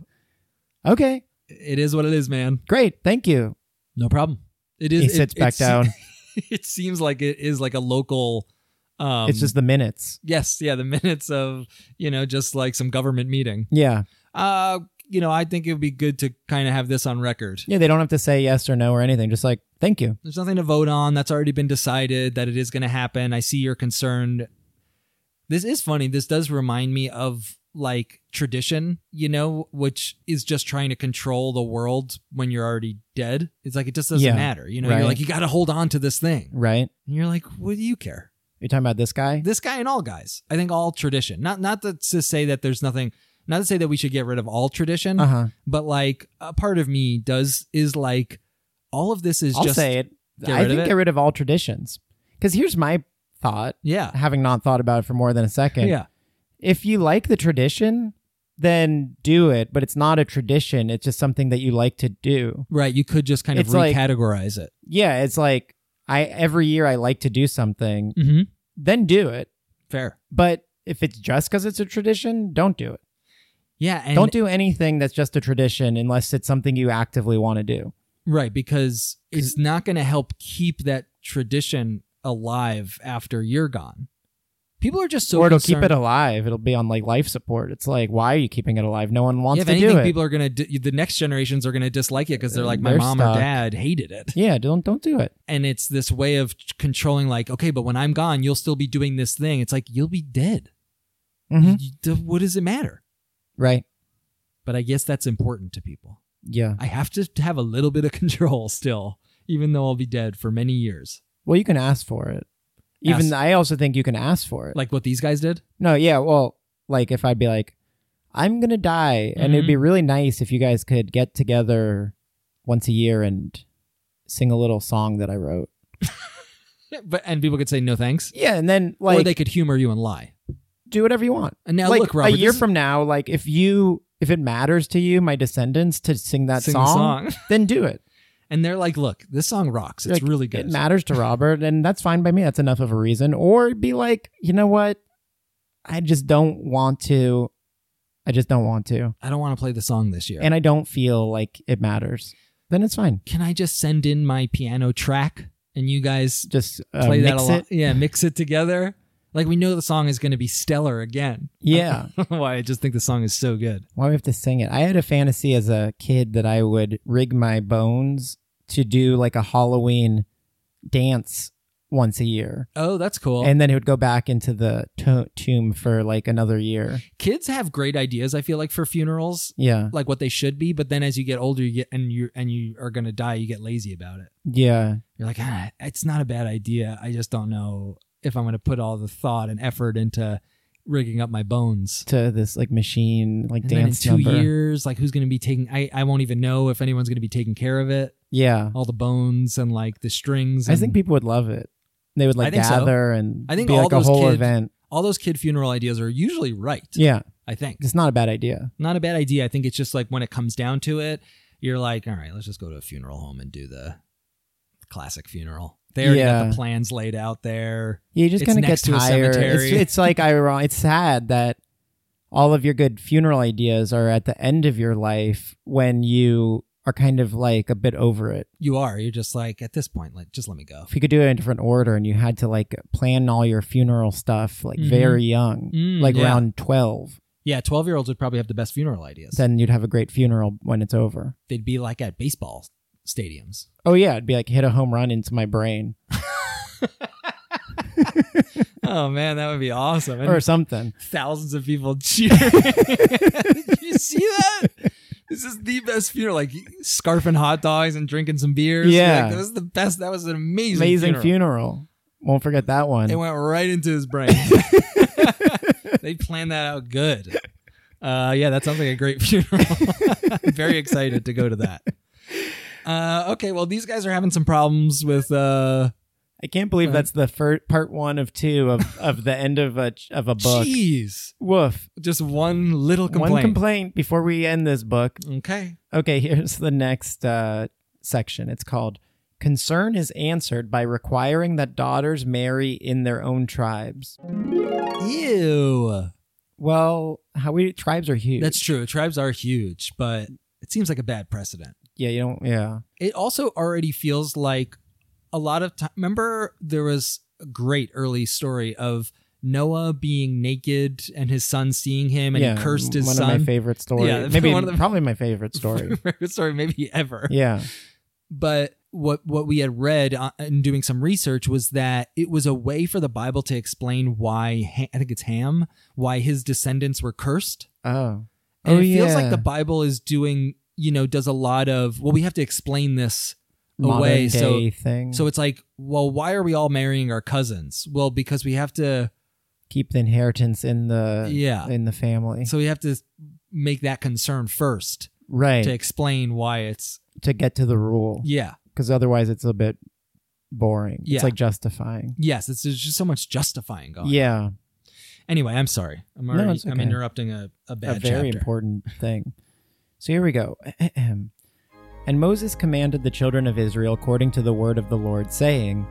Speaker 1: okay,
Speaker 2: it is what it is, man.
Speaker 1: great, thank you.
Speaker 2: No problem. It is.
Speaker 1: He
Speaker 2: it-
Speaker 1: sits
Speaker 2: it
Speaker 1: back
Speaker 2: se-
Speaker 1: down.
Speaker 2: It seems like it is like a local. Um,
Speaker 1: it's just the minutes.
Speaker 2: yes, yeah. The minutes of you know just like some government meeting.
Speaker 1: Yeah,
Speaker 2: Uh, you know, I think it would be good to kind of have this on record.
Speaker 1: yeah. They don't have to say yes or no or anything. Just like thank you.
Speaker 2: There's nothing to vote on. That's already been decided that it is going to happen. I see you're concerned. This is funny. This does remind me of like tradition, you know, which is just trying to control the world when you're already dead. It's like it just doesn't
Speaker 1: Yeah.
Speaker 2: matter. You know,
Speaker 1: Right.
Speaker 2: you're like, you got to hold on to this thing.
Speaker 1: Right?
Speaker 2: And you're like, what do you care?
Speaker 1: You're talking about this guy?
Speaker 2: This guy and all guys. I think all tradition. Not not to, to say that there's nothing not to say that we should get rid of all tradition,
Speaker 1: Uh huh.
Speaker 2: but like a part of me does is like all of this is
Speaker 1: I'll
Speaker 2: just
Speaker 1: say it.
Speaker 2: get rid
Speaker 1: I
Speaker 2: of
Speaker 1: think
Speaker 2: it?
Speaker 1: get rid of all traditions. Because here's my thought,
Speaker 2: yeah.
Speaker 1: having not thought about it for more than a second.
Speaker 2: Yeah.
Speaker 1: If you like the tradition, then do it. But it's not a tradition. It's just something that you like to do.
Speaker 2: Right. You could just kind of
Speaker 1: It's like-
Speaker 2: recategorize it.
Speaker 1: Yeah, it's like I every year I like to do something.
Speaker 2: Mm-hmm.
Speaker 1: Then do it.
Speaker 2: Fair.
Speaker 1: But if it's just because it's a tradition, don't do it.
Speaker 2: Yeah. And
Speaker 1: don't do anything that's just a tradition unless it's something you actively want to do.
Speaker 2: right because it's not going to help keep that tradition alive after you're gone. people are just so
Speaker 1: or it'll
Speaker 2: concerned.
Speaker 1: keep it alive. It'll be on like life support. It's like, why are you keeping it alive? No one wants
Speaker 2: if
Speaker 1: to
Speaker 2: anything,
Speaker 1: do it. Uh,
Speaker 2: people are gonna di- the next generations are gonna dislike it because they're like, my
Speaker 1: They're
Speaker 2: mom
Speaker 1: stuck.
Speaker 2: or dad hated it,
Speaker 1: yeah, don't don't do it.
Speaker 2: and it's this way of controlling. Like, okay, but when I'm gone, you'll still be doing this thing. It's like you'll be dead.
Speaker 1: hmm
Speaker 2: You- d- what does it matter?
Speaker 1: Right.
Speaker 2: But I guess that's important to people.
Speaker 1: Yeah.
Speaker 2: I have to have a little bit of control still, even though I'll be dead for many years.
Speaker 1: Well, you can ask for it. Even
Speaker 2: Ask-
Speaker 1: th- I also think you can ask for it.
Speaker 2: Like what these guys did.
Speaker 1: no, yeah. Well, like if I'd be like, I'm gonna die, and it'd
Speaker 2: Mhm.
Speaker 1: be really nice if you guys could get together once a year and sing a little song that I wrote.
Speaker 2: But and people could say no thanks,
Speaker 1: Yeah, and then like
Speaker 2: or they could humor you and lie.
Speaker 1: do whatever you want.
Speaker 2: And now
Speaker 1: like
Speaker 2: look, Robert,
Speaker 1: a year
Speaker 2: this is-
Speaker 1: from now, like if you if it matters to you, my descendants, to sing that
Speaker 2: Sing the
Speaker 1: song,
Speaker 2: song.
Speaker 1: then do it.
Speaker 2: and they're like, "Look, this song rocks. It's
Speaker 1: Like,
Speaker 2: really good."
Speaker 1: It matters to Robert, and that's fine by me. That's enough of a reason. Or be like, you know what? I just don't want to. I just don't want to,
Speaker 2: I don't want to play the song this year.
Speaker 1: and I don't feel like it matters. Then it's fine.
Speaker 2: Can I just send in my piano track and you guys
Speaker 1: Just uh,
Speaker 2: play that
Speaker 1: mix
Speaker 2: a lot?
Speaker 1: it.
Speaker 2: Yeah, mix it together. Like we know the song is going to be stellar again.
Speaker 1: Yeah.
Speaker 2: Why I just think the song is so good.
Speaker 1: Why do we have to sing it? I had a fantasy as a kid that I would rig my bones to do like a Halloween dance once a year,
Speaker 2: Oh, that's cool.
Speaker 1: and then it would go back into the to- tomb for like another year.
Speaker 2: kids have great ideas i feel like for funerals
Speaker 1: Yeah,
Speaker 2: like what they should be but then as you get older you get and you and you are going to die you get lazy about it
Speaker 1: yeah.
Speaker 2: you're like ah, it's not a bad idea i just don't know if i'm going to put all the thought and effort into rigging up my bones
Speaker 1: To this like machine like
Speaker 2: and then in
Speaker 1: dance
Speaker 2: two
Speaker 1: number.
Speaker 2: years like who's going to be taking i i won't even know if anyone's going to be taking care of it
Speaker 1: Yeah.
Speaker 2: all the bones and like the strings
Speaker 1: I
Speaker 2: and-
Speaker 1: think people would love it. They would
Speaker 2: Hmm. I
Speaker 1: like
Speaker 2: think so.
Speaker 1: gather and
Speaker 2: I think
Speaker 1: be
Speaker 2: all
Speaker 1: like a
Speaker 2: those
Speaker 1: whole
Speaker 2: kids-
Speaker 1: event.
Speaker 2: all those kid funeral ideas are usually right
Speaker 1: Yeah.
Speaker 2: i think
Speaker 1: It's not a bad idea.
Speaker 2: not a bad idea. I think it's just like when it comes down to it, you're like, all right, let's just go to a funeral home and do the classic funeral. They already got
Speaker 1: Yeah.
Speaker 2: the plans laid out there.
Speaker 1: You just
Speaker 2: It's
Speaker 1: kind of get
Speaker 2: next to a
Speaker 1: tired. It's,
Speaker 2: cemetery.
Speaker 1: it's like ironic. It's sad that all of your good funeral ideas are at the end of your life when you are kind of like a bit over it.
Speaker 2: You are. You're just like, at this point, like, just let me go.
Speaker 1: If you could do it in a different order and you had to like plan all your funeral stuff like
Speaker 2: Mhm.
Speaker 1: very young,
Speaker 2: Mm,
Speaker 1: like
Speaker 2: yeah.
Speaker 1: around 12,
Speaker 2: Yeah, 12 year olds would probably have the best funeral ideas.
Speaker 1: then you'd have a great funeral when it's over.
Speaker 2: They'd be like at baseball stadiums.
Speaker 1: Oh yeah, it'd be like hit a home run into my brain
Speaker 2: Oh, man, that would be awesome. And
Speaker 1: or something.
Speaker 2: thousands of people cheering. Did you see that? This is the best funeral. Like scarfing hot dogs and drinking some beers.
Speaker 1: Yeah.
Speaker 2: Like, that was the best. That was an amazing,
Speaker 1: Amazing funeral.
Speaker 2: funeral.
Speaker 1: Won't forget that one.
Speaker 2: It went right into his brain. they planned that out good. Uh, yeah, that sounds like a great funeral. I'm very excited to go to that. Uh, okay, well, these guys are having some problems with. Uh,
Speaker 1: I can't believe
Speaker 2: Right.
Speaker 1: that's the first part one of two of, of the end of a of a book.
Speaker 2: jeez,
Speaker 1: Woof.
Speaker 2: just one little complaint.
Speaker 1: One complaint before we end this book.
Speaker 2: Okay.
Speaker 1: Okay, here's the next uh, section. It's called "Concern is answered by requiring that daughters marry in their own tribes."
Speaker 2: Ew.
Speaker 1: Well, how we tribes are huge.
Speaker 2: That's true. Tribes are huge, but it seems like a bad precedent.
Speaker 1: yeah. You don't. Yeah.
Speaker 2: it also already feels like a lot of time. Remember, there was a great early story of Noah being naked and his son seeing him and
Speaker 1: yeah.
Speaker 2: he cursed his
Speaker 1: one of
Speaker 2: son.
Speaker 1: my favorite stories.
Speaker 2: Yeah,
Speaker 1: Maybe
Speaker 2: one of the-
Speaker 1: probably my favorite story.
Speaker 2: favorite story maybe ever.
Speaker 1: yeah.
Speaker 2: But what what we had read uh, in doing some research was that it was a way for the Bible to explain why Ha- I think it's Ham why his descendants were cursed.
Speaker 1: Oh. oh,
Speaker 2: And it feels like
Speaker 1: yeah.
Speaker 2: the Bible is doing you know does a lot of well we have to explain this
Speaker 1: Modern
Speaker 2: away, so-
Speaker 1: day thing.
Speaker 2: So it's like, well, why are we all marrying our cousins? Well, because we have to,
Speaker 1: keep the inheritance in the
Speaker 2: yeah.
Speaker 1: in the family.
Speaker 2: So we have to make that concern first
Speaker 1: right.
Speaker 2: to
Speaker 1: To,
Speaker 2: explain why it's,
Speaker 1: get to the rule
Speaker 2: yeah,
Speaker 1: cuz otherwise it's a bit boring.
Speaker 2: Yeah. Oh,
Speaker 1: It's like justifying.
Speaker 2: yes, it's there's just so much justifying going. on.
Speaker 1: yeah.
Speaker 2: Anyway, I'm sorry, I'm
Speaker 1: No,
Speaker 2: already,
Speaker 1: it's
Speaker 2: I'm
Speaker 1: okay.
Speaker 2: interrupting a a
Speaker 1: A
Speaker 2: bad
Speaker 1: very
Speaker 2: chapter.
Speaker 1: important thing. So here we go. and Moses commanded the children of Israel according to the word of the Lord saying,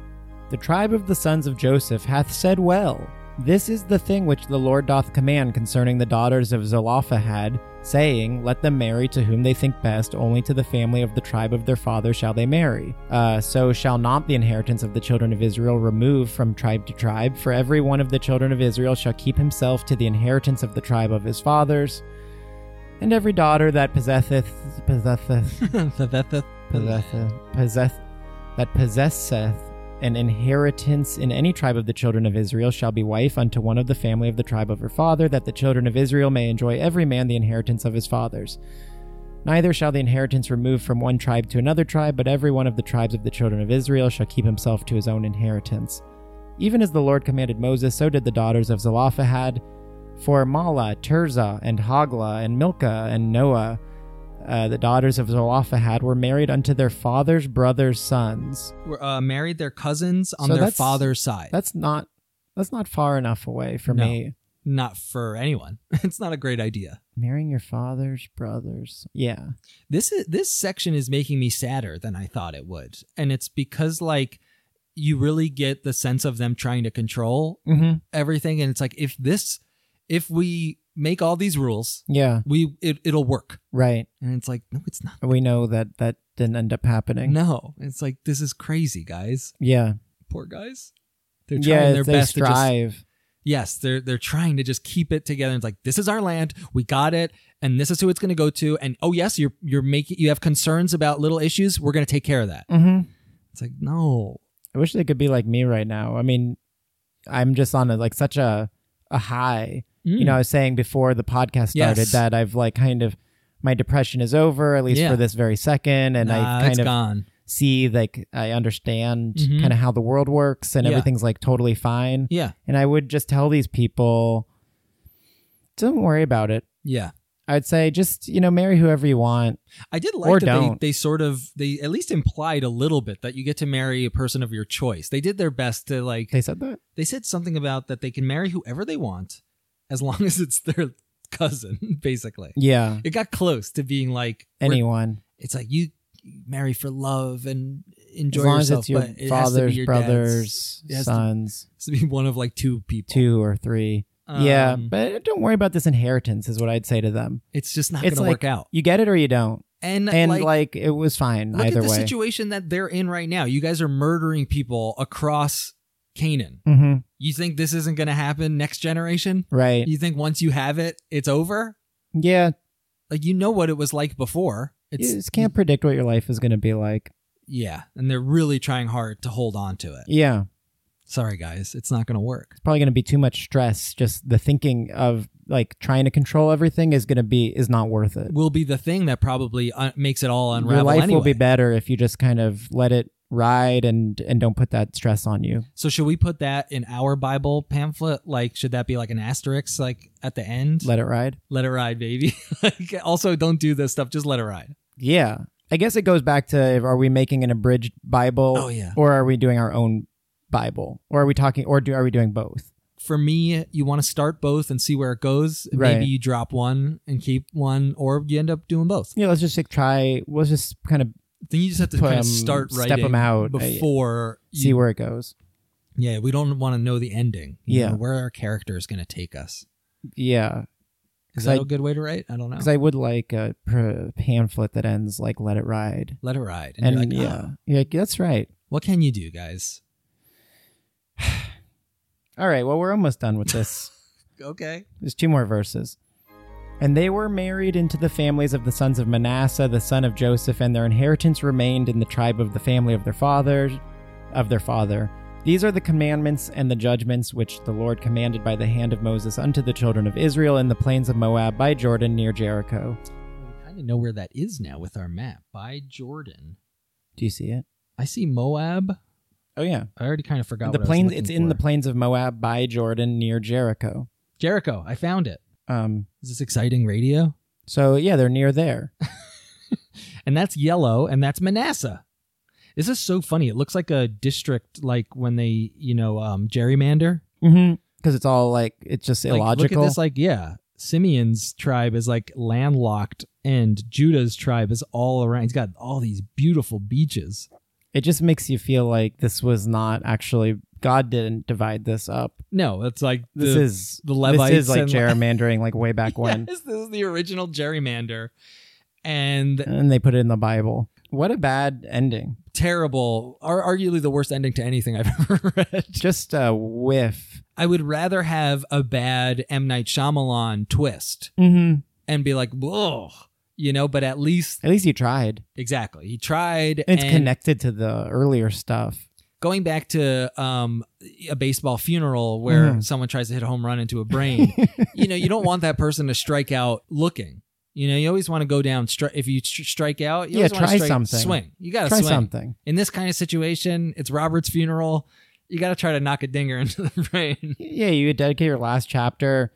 Speaker 1: The tribe of the sons of Joseph hath said well, This is the thing which the Lord doth command concerning the daughters of Zelophehad, saying, Let them marry to whom they think best, only to the family of the tribe of their father shall they marry. Uh, so shall not the inheritance of the children of Israel remove from tribe to tribe, for every one of the children of Israel shall keep himself to the inheritance of the tribe of his fathers. And every daughter that possesseth, possesseth, possesseth, possess, that possesseth an inheritance in any tribe of the children of Israel shall be wife unto one of the family of the tribe of her father, that the children of Israel may enjoy every man the inheritance of his fathers. Neither shall the inheritance remove from one tribe to another tribe, but every one of the tribes of the children of Israel shall keep himself to his own inheritance. Even as the Lord commanded Moses, so did the daughters of Zelophehad. For Mala, Tirzah, and Hogla, and Milcah, and Noah, uh, the daughters of Zelophehad, were married unto their father's brother's sons.
Speaker 2: Were, uh, married their cousins on
Speaker 1: So
Speaker 2: their
Speaker 1: that's-
Speaker 2: father's side.
Speaker 1: That's not that's not far enough away for
Speaker 2: No.
Speaker 1: me.
Speaker 2: Not for anyone. It's not a great idea.
Speaker 1: Marrying your father's brothers. Yeah.
Speaker 2: This is this section is making me sadder than I thought it would, and it's because like you really get the sense of them trying to control
Speaker 1: Mm-hmm.
Speaker 2: everything, and it's like if this, if we make all these rules,
Speaker 1: Yeah.
Speaker 2: we it, it'll work,
Speaker 1: Right.
Speaker 2: and it's like no, it's not.
Speaker 1: We know that that didn't end up happening.
Speaker 2: No, it's like this is crazy, guys.
Speaker 1: Yeah.
Speaker 2: Poor guys. They're trying
Speaker 1: yeah.
Speaker 2: their
Speaker 1: they
Speaker 2: best to just
Speaker 1: strive.
Speaker 2: Yes, they're they're trying to just keep it together. It's like this is our land, we got it, and this is who it's going to go to. And oh yes, you're you're making you have concerns about little issues. We're going to take care of that.
Speaker 1: hmm
Speaker 2: It's like no,
Speaker 1: I wish they could be like me right now. I mean, I'm just on a, like such a a high. You
Speaker 2: Mm.
Speaker 1: know, I was saying before the podcast started
Speaker 2: Hmm. Yes.
Speaker 1: that I've like kind of my depression is over at least
Speaker 2: Yeah.
Speaker 1: for this very second, and
Speaker 2: Nah,
Speaker 1: I kind
Speaker 2: it's
Speaker 1: of
Speaker 2: gone.
Speaker 1: see like I understand
Speaker 2: Mhm.
Speaker 1: kind of how the world works and
Speaker 2: Yeah.
Speaker 1: everything's like totally fine.
Speaker 2: Yeah,
Speaker 1: And I would just tell these people, don't worry about it.
Speaker 2: yeah.
Speaker 1: I'd say just you know marry whoever you want.
Speaker 2: I did like
Speaker 1: Or
Speaker 2: that
Speaker 1: don't.
Speaker 2: They, they sort of they at least implied a little bit that you get to marry a person of your choice. They did their best to like
Speaker 1: They said that.
Speaker 2: they said something about that they can marry whoever they want as long as it's their cousin. Basically,
Speaker 1: Yeah,
Speaker 2: it got close to being like we're
Speaker 1: anyone
Speaker 2: it's like you marry for love and enjoy
Speaker 1: as long
Speaker 2: yourself,
Speaker 1: as it's your
Speaker 2: but it has to be
Speaker 1: father's,
Speaker 2: your dad's.
Speaker 1: brothers,
Speaker 2: It has to- Oh.
Speaker 1: sons,
Speaker 2: It has to be one of like two people.
Speaker 1: two or three.
Speaker 2: Um,
Speaker 1: yeah, but don't worry about this inheritance is what I'd say to them.
Speaker 2: it's just not going
Speaker 1: It's
Speaker 2: to
Speaker 1: like
Speaker 2: work out.
Speaker 1: you get it or you don't,
Speaker 2: And,
Speaker 1: and
Speaker 2: like,
Speaker 1: like, it was fine
Speaker 2: look at
Speaker 1: either
Speaker 2: the
Speaker 1: way.
Speaker 2: situation that they're in right now. You guys are murdering people across Canaan.
Speaker 1: hmm
Speaker 2: You think this isn't going to happen next generation?
Speaker 1: Right?
Speaker 2: You think once you have it, it's over?
Speaker 1: Yeah,
Speaker 2: Like you know what it was like before. It's
Speaker 1: you just can't predict what your life is going to be like.
Speaker 2: yeah, and they're really trying hard to hold on to it.
Speaker 1: Yeah,
Speaker 2: Sorry guys, it's not going to work.
Speaker 1: probably going to be too much stress. Just the thinking of like trying to control everything is going to be is not worth it.
Speaker 2: will be the thing that probably uh, makes it all unravel.
Speaker 1: Your life
Speaker 2: anyway.
Speaker 1: will be better if you just kind of let it ride and and don't put that stress on you.
Speaker 2: So should we put that in our Bible pamphlet? Like, should that be like an asterisk, like at the end?
Speaker 1: Let it ride.
Speaker 2: Let it ride, baby. like, also, don't do this stuff. Just let it ride.
Speaker 1: Yeah. I guess it goes back to are we making an abridged Bible
Speaker 2: Oh, yeah.
Speaker 1: or are we doing our own Bible? Or are we talking or do are we doing both?
Speaker 2: For me, you want to start both and see where it goes.
Speaker 1: Right.
Speaker 2: Maybe you drop one and keep one, or you end up doing both.
Speaker 1: Yeah, let's just like, try let's just kind of
Speaker 2: Then you just have to
Speaker 1: Put
Speaker 2: kind
Speaker 1: 'em-
Speaker 2: of start
Speaker 1: step
Speaker 2: writing
Speaker 1: 'em out. uh,
Speaker 2: before
Speaker 1: see
Speaker 2: you.
Speaker 1: where it goes.
Speaker 2: yeah, we don't want to know the ending. you
Speaker 1: Yeah.
Speaker 2: know, where our character is going to take us.
Speaker 1: Yeah. 'Cause
Speaker 2: Is that
Speaker 1: I-
Speaker 2: a good way to write? I don't know.
Speaker 1: Cuz I would like a pr- pamphlet that ends like let it ride.
Speaker 2: Let it ride. And,
Speaker 1: And,
Speaker 2: you're like,
Speaker 1: yeah.
Speaker 2: "Ah,
Speaker 1: You're like, that's right.
Speaker 2: what can you do, guys?
Speaker 1: All right, well we're almost done with this.
Speaker 2: Okay.
Speaker 1: There's two more verses. And they were married into the families of the sons of Manasseh, the son of Joseph, and their inheritance remained in the tribe of the family of their fathers, of their father. These are the commandments and the judgments which the Lord commanded by the hand of Moses unto the children of Israel in the plains of Moab by Jordan near Jericho.
Speaker 2: We kind of know where that is now with our map by Jordan.
Speaker 1: Do you see it?
Speaker 2: I see Moab.
Speaker 1: Oh yeah,
Speaker 2: I already kind of forgot
Speaker 1: the
Speaker 2: what I was
Speaker 1: plains.
Speaker 2: looking
Speaker 1: It's in the
Speaker 2: for.
Speaker 1: plains of Moab by Jordan near Jericho.
Speaker 2: Jericho. I found it.
Speaker 1: Um,
Speaker 2: Is this exciting radio?
Speaker 1: so yeah, they're near there.
Speaker 2: And that's yellow, and that's Manasseh. This is so funny. It looks like a district, like when they, you know, um, gerrymander.
Speaker 1: mm-hmm. Because it's all like it's just
Speaker 2: Like, look
Speaker 1: illogical.
Speaker 2: at this, like yeah, Simeon's tribe is like landlocked, and Judah's tribe is all around. He's got all these beautiful beaches.
Speaker 1: it just makes you feel like this was not actually God didn't divide this up.
Speaker 2: No, it's like
Speaker 1: This
Speaker 2: the,
Speaker 1: is
Speaker 2: the Levites
Speaker 1: This is like
Speaker 2: and-
Speaker 1: gerrymandering, like way back when,
Speaker 2: Yes, this is the original gerrymander, and
Speaker 1: and they put it in the Bible. What a bad ending!
Speaker 2: terrible, ar- arguably the worst ending to anything I've ever read.
Speaker 1: Just a whiff.
Speaker 2: I would rather have a bad M Night Shyamalan twist
Speaker 1: Mm-hmm.
Speaker 2: and be like, whoa, you know. But at least
Speaker 1: At least you tried.
Speaker 2: exactly, he tried.
Speaker 1: And it's
Speaker 2: and
Speaker 1: connected to the earlier stuff.
Speaker 2: going back to um, a baseball funeral where
Speaker 1: Mhm.
Speaker 2: someone tries to hit a home run into a brain, you know, you don't want that person to strike out looking. You know, you always want to go down. Stri- if you stri- strike out, you
Speaker 1: Yeah,
Speaker 2: always want
Speaker 1: try
Speaker 2: to strike,
Speaker 1: something.
Speaker 2: Swing. You got to
Speaker 1: Try
Speaker 2: swing.
Speaker 1: something.
Speaker 2: In this kind of situation, it's Robert's funeral. You got to try to knock a dinger into the brain.
Speaker 1: Yeah, you dedicate your last chapter.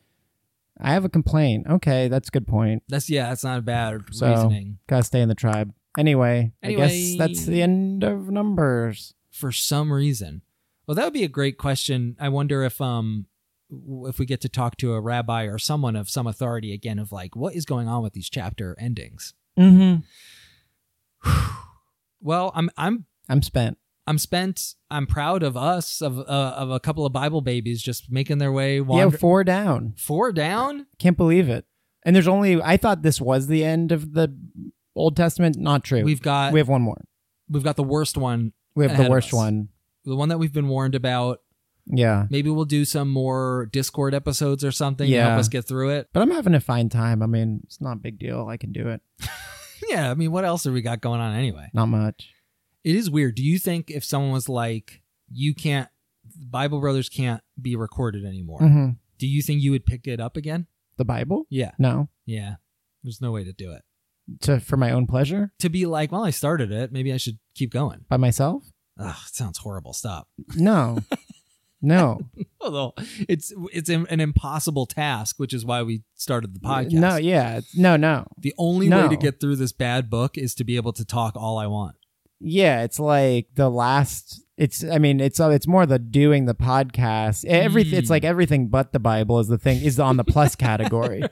Speaker 1: I have a complaint. Okay, that's a good point.
Speaker 2: That's yeah. That's not bad
Speaker 1: So-
Speaker 2: reasoning.
Speaker 1: Gotta stay in the tribe. Anyway, I guess
Speaker 2: Anyway.
Speaker 1: that's the end of numbers.
Speaker 2: for some reason. Well, that would be a great question. I wonder if um w- if we get to talk to a rabbi or someone of some authority again of like what is going on with these chapter endings.
Speaker 1: Mm-hmm.
Speaker 2: Well, I'm I'm
Speaker 1: I'm spent.
Speaker 2: I'm spent. I'm proud of us of uh, of a couple of Bible babies just making their way.
Speaker 1: Yeah,
Speaker 2: Wander-
Speaker 1: four down.
Speaker 2: four down.
Speaker 1: Can't believe it. And there's only I thought this was the end of the Old Testament. Not true.
Speaker 2: We've got
Speaker 1: we
Speaker 2: we've,
Speaker 1: have one more.
Speaker 2: got the worst one,
Speaker 1: We have
Speaker 2: ahead
Speaker 1: the
Speaker 2: of
Speaker 1: worst
Speaker 2: us.
Speaker 1: one.
Speaker 2: the one that we've been warned about.
Speaker 1: Yeah.
Speaker 2: Maybe we'll do some more Discord episodes or something to
Speaker 1: Yeah.
Speaker 2: help us get through it.
Speaker 1: But I'm having a fine time. I mean, it's not a big deal. I can do it.
Speaker 2: Yeah, I mean, what else have we got going on anyway?
Speaker 1: Not much.
Speaker 2: it is weird. Do you think if someone was like, you can't, Bible Brothers can't be recorded anymore,
Speaker 1: Mhm.
Speaker 2: do you think you would pick it up again?
Speaker 1: The Bible?
Speaker 2: Yeah.
Speaker 1: No.
Speaker 2: Yeah. There's no way to do it.
Speaker 1: To for my own pleasure
Speaker 2: To be like, well, I started it. Maybe I should keep going.
Speaker 1: by myself?
Speaker 2: Ugh, it sounds horrible. Stop.
Speaker 1: No. no.
Speaker 2: Although it's it's an an impossible task, which is why we started the podcast.
Speaker 1: No, yeah. No, no.
Speaker 2: the only
Speaker 1: No.
Speaker 2: way to get through this bad book is to be able to talk all I want.
Speaker 1: Yeah, it's like the last it's I mean, it's uh, it's more the doing the podcast. E, Every
Speaker 2: Mm.
Speaker 1: it's like everything but the Bible is the thing is on the plus category.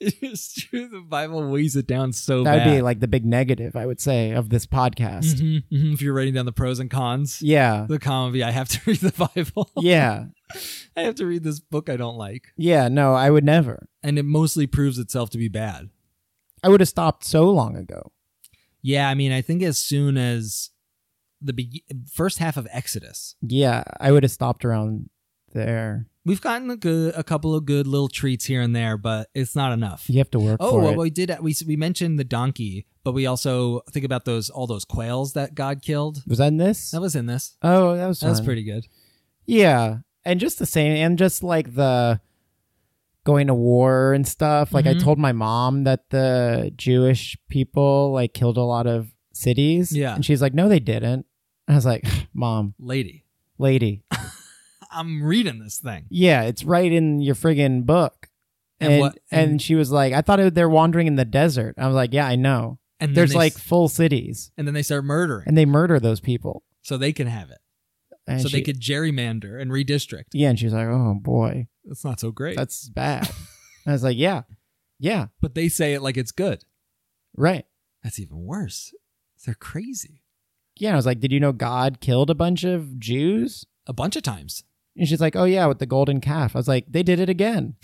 Speaker 2: it's true. The Bible weighs it down so
Speaker 1: that would
Speaker 2: bad.
Speaker 1: be like the big negative, I would say, of this podcast.
Speaker 2: Mhm, mhm, if you're writing down the pros and cons,
Speaker 1: Yeah.
Speaker 2: the comedy i have to read the bible
Speaker 1: Yeah.
Speaker 2: i have to read this book i don't like
Speaker 1: Yeah, no, I would never.
Speaker 2: and it mostly proves itself to be bad
Speaker 1: I would have stopped so long ago.
Speaker 2: yeah i mean i think as soon as the be- first half of exodus
Speaker 1: Yeah, I would have stopped around there.
Speaker 2: we've gotten a, good, a couple of good little treats here and there but it's not enough
Speaker 1: You have to work
Speaker 2: oh
Speaker 1: for
Speaker 2: well
Speaker 1: it.
Speaker 2: we did we, we mentioned the donkey but we also think about those all those quails that god killed
Speaker 1: was that in this?
Speaker 2: that was in this
Speaker 1: oh, that was
Speaker 2: that was
Speaker 1: fun.
Speaker 2: pretty good
Speaker 1: Yeah, and just the same, and just like the going to war and stuff. Like I
Speaker 2: Mhm.
Speaker 1: told my mom that the Jewish people like killed a lot of cities.
Speaker 2: Yeah.
Speaker 1: and she's like, "No, they didn't." I was like, "Mom,
Speaker 2: lady
Speaker 1: lady,
Speaker 2: i'm reading this thing
Speaker 1: yeah, it's right in your friggin' book."
Speaker 2: And
Speaker 1: And and,
Speaker 2: what- and-
Speaker 1: she was like, "I thought it, they're wandering in the desert." I was like, "Yeah, I know.
Speaker 2: and then
Speaker 1: There's
Speaker 2: they-
Speaker 1: like full cities,
Speaker 2: and then they start murdering
Speaker 1: and they murder those people."
Speaker 2: so they can have it
Speaker 1: And
Speaker 2: so
Speaker 1: she,
Speaker 2: they could gerrymander and redistrict.
Speaker 1: yeah, and she's like, "Oh boy,
Speaker 2: That's not so great.
Speaker 1: that's bad." I was like, "Yeah, yeah,
Speaker 2: but they say it like it's good.
Speaker 1: right."
Speaker 2: That's even worse. They're crazy.
Speaker 1: yeah, I was like, did you know God killed a bunch of Jews?
Speaker 2: A bunch of times.
Speaker 1: And she's like, oh yeah, with the golden calf. I was like, they did it again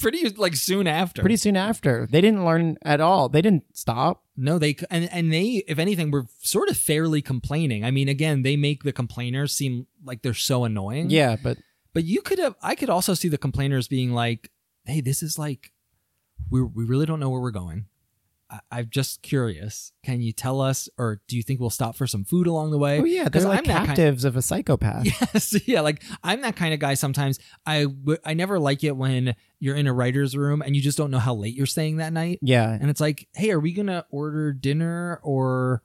Speaker 2: Pretty like soon after.
Speaker 1: pretty soon after. They didn't learn at all. They didn't stop.
Speaker 2: no, they and and they if anything were sort of fairly complaining. I mean, again, they make the complainers seem like they're so annoying.
Speaker 1: Yeah, but
Speaker 2: But you could have I could also see the complainers being like, "Hey, this is like we we really don't know where we're going. I, I'm just curious. Can you tell us or do you think we'll stop for some food along the way?"
Speaker 1: oh yeah,
Speaker 2: Because
Speaker 1: they're like
Speaker 2: I'm that kind-
Speaker 1: captives of a psychopath.
Speaker 2: Yes, yeah. Like I'm that kind of guy. Sometimes I w- I never like it when you're in a writer's room and you just don't know how late you're staying that night,
Speaker 1: Yeah,
Speaker 2: and it's like, hey, are we gonna order dinner or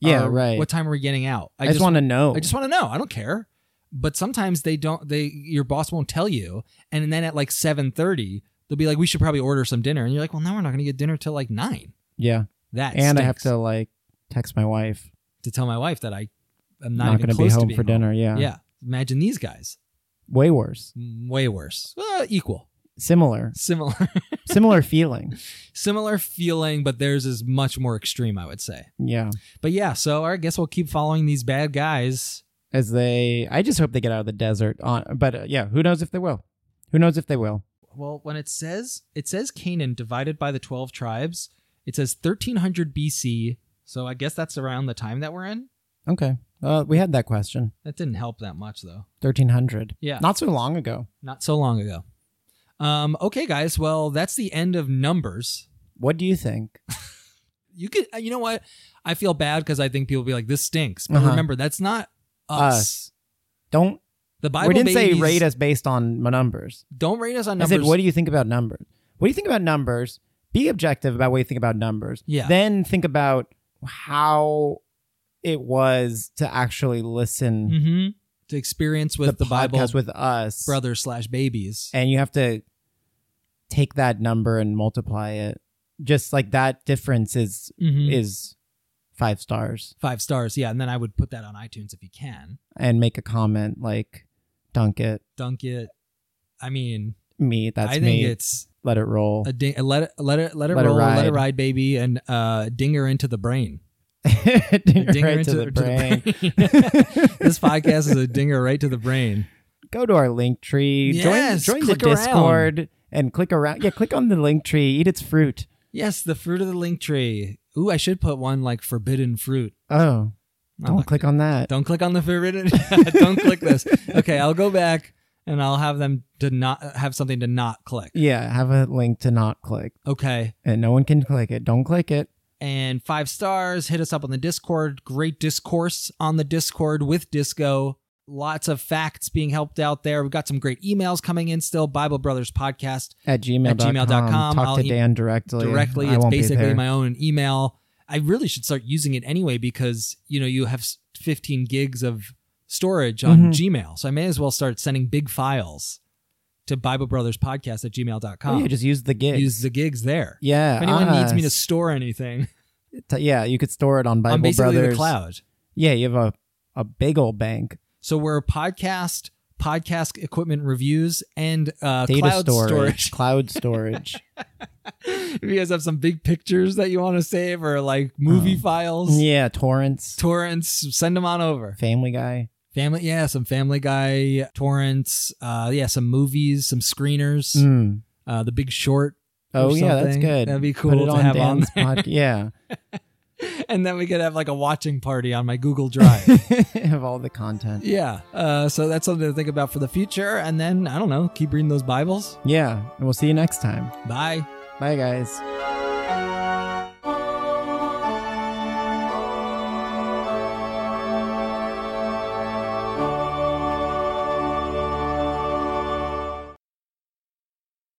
Speaker 1: yeah,
Speaker 2: or
Speaker 1: right.
Speaker 2: What time are we getting out?
Speaker 1: I, just, want to know.
Speaker 2: Um, I just want to know. I don't care. But sometimes they don't. They your boss won't tell you, and then at like seven thirty, they'll be like, we should probably order some dinner, and you're like, well, now we're not gonna get dinner till like nine.
Speaker 1: yeah,
Speaker 2: That
Speaker 1: and I have
Speaker 2: stinks.
Speaker 1: to like text my wife.
Speaker 2: to tell my wife that I am
Speaker 1: Not,
Speaker 2: not, even
Speaker 1: going to be
Speaker 2: close to
Speaker 1: home
Speaker 2: being
Speaker 1: for dinner. Yeah.
Speaker 2: Yeah, imagine these guys.
Speaker 1: way worse.
Speaker 2: Way worse. Well, equal.
Speaker 1: Similar,
Speaker 2: similar
Speaker 1: similar feeling.
Speaker 2: similar feeling but theirs is much more extreme i would say
Speaker 1: Yeah,
Speaker 2: but yeah so i guess we'll keep following these bad guys
Speaker 1: as they. I just hope they get out of the desert. On, but uh, yeah, who knows if they will? Who knows if they will?
Speaker 2: Well, when it says it says Canaan divided by the twelve tribes, it says 1300 BC. So I guess that's around the time that we're in.
Speaker 1: Okay, uh, we had that question.
Speaker 2: That didn't help that much though.
Speaker 1: Thirteen hundred.
Speaker 2: Yeah.
Speaker 1: not so long ago.
Speaker 2: Not so long ago. Um, okay, guys. Well, that's the end of numbers.
Speaker 1: What do you think?
Speaker 2: You could, uh, you know what? I feel bad because I think people will be like, "This stinks." But
Speaker 1: Uh-huh.
Speaker 2: remember, that's not us.
Speaker 1: Us. Don't
Speaker 2: The Bible.
Speaker 1: we didn't say
Speaker 2: babies-
Speaker 1: rate us based on my numbers.
Speaker 2: Don't rate us on numbers.
Speaker 1: I said, what do you think about numbers? What do you think about numbers? Be objective about what you think about numbers.
Speaker 2: Yeah.
Speaker 1: Then think about how it was to actually listen
Speaker 2: hmm to experience with the, Bible
Speaker 1: Mm-hmm. podcast with us,
Speaker 2: brothers slash babies.
Speaker 1: and you have to take that number and multiply it. Just like that difference is
Speaker 2: Mhm.
Speaker 1: is five stars,
Speaker 2: Five stars, yeah. And then I would put that on iTunes if you can.
Speaker 1: and make a comment like, "Dunk it,
Speaker 2: Dunk it. I mean,
Speaker 1: me, that's
Speaker 2: I think
Speaker 1: me,
Speaker 2: it's
Speaker 1: let it roll."
Speaker 2: a ding- let it let it let it
Speaker 1: Let it
Speaker 2: roll, let it
Speaker 1: ride.
Speaker 2: ride, baby, and uh, dinger into the brain.
Speaker 1: Dinger
Speaker 2: A dinger
Speaker 1: right to the brain.
Speaker 2: brain. this podcast is a dinger right to the brain.
Speaker 1: go to our link tree.
Speaker 2: Yes,
Speaker 1: join join the
Speaker 2: click around.
Speaker 1: Discord and click around. Yeah, click on the link tree. Eat its fruit.
Speaker 2: Yes, the fruit of the link tree. Ooh, I should put one like forbidden fruit.
Speaker 1: Oh,
Speaker 2: I'm
Speaker 1: don't
Speaker 2: not-
Speaker 1: click on that.
Speaker 2: Don't click on the forbidden. don't click this. Okay, I'll go back and I'll have them to not have something to not click.
Speaker 1: Yeah, have a link to not click,
Speaker 2: Okay.
Speaker 1: and no one can click it. Don't click it.
Speaker 2: And five stars, hit us up on the Discord. Great discourse on the Discord with Disco. Lots of facts being helped out there. We've got some great emails coming in still. Bible Brothers Podcast
Speaker 1: At gmail.com.
Speaker 2: gmail.com.
Speaker 1: Talk
Speaker 2: I'll
Speaker 1: to
Speaker 2: e-
Speaker 1: Dan directly.
Speaker 2: directly.
Speaker 1: I
Speaker 2: It's
Speaker 1: won't be
Speaker 2: basically
Speaker 1: there. Oh,
Speaker 2: my own email. I really should start using it anyway because you know you have s- 15 gigs of storage
Speaker 1: Mhm.
Speaker 2: on Gmail, so I may as well start sending big files to Bible Brothers Podcast at
Speaker 1: Oh,
Speaker 2: gmail.com.
Speaker 1: yeah, just use the gig.
Speaker 2: Use the gigs there.
Speaker 1: yeah.
Speaker 2: If anyone needs me to
Speaker 1: us.
Speaker 2: store anything,
Speaker 1: T- yeah, you could store it on Bible
Speaker 2: I'm basically
Speaker 1: Brothers.
Speaker 2: the cloud.
Speaker 1: Yeah, you have a, a big old bank.
Speaker 2: So we're a podcast, podcast equipment reviews, and uh,
Speaker 1: Data
Speaker 2: cloud
Speaker 1: storage.
Speaker 2: storage.
Speaker 1: Cloud storage.
Speaker 2: if you guys have some big pictures that you want to save or like movie
Speaker 1: Oh.
Speaker 2: files,
Speaker 1: yeah, torrents.
Speaker 2: torrents, send them on over.
Speaker 1: Family Guy.
Speaker 2: Family, yeah, some Family Guy torrents, uh, yeah, some movies, some screeners,
Speaker 1: Mm.
Speaker 2: uh, The Big Short. or
Speaker 1: Oh, yeah, that's
Speaker 2: something.
Speaker 1: good.
Speaker 2: That'd be cool
Speaker 1: Put it
Speaker 2: to
Speaker 1: on
Speaker 2: have on
Speaker 1: Dan's pod- Yeah.
Speaker 2: And then we could have like a watching party on my Google Drive.
Speaker 1: of all the content.
Speaker 2: yeah, uh, so that's something to think about for the future. And then I don't know, keep reading those Bibles.
Speaker 1: Yeah, and we'll see you next time.
Speaker 2: Bye.
Speaker 1: Bye, guys.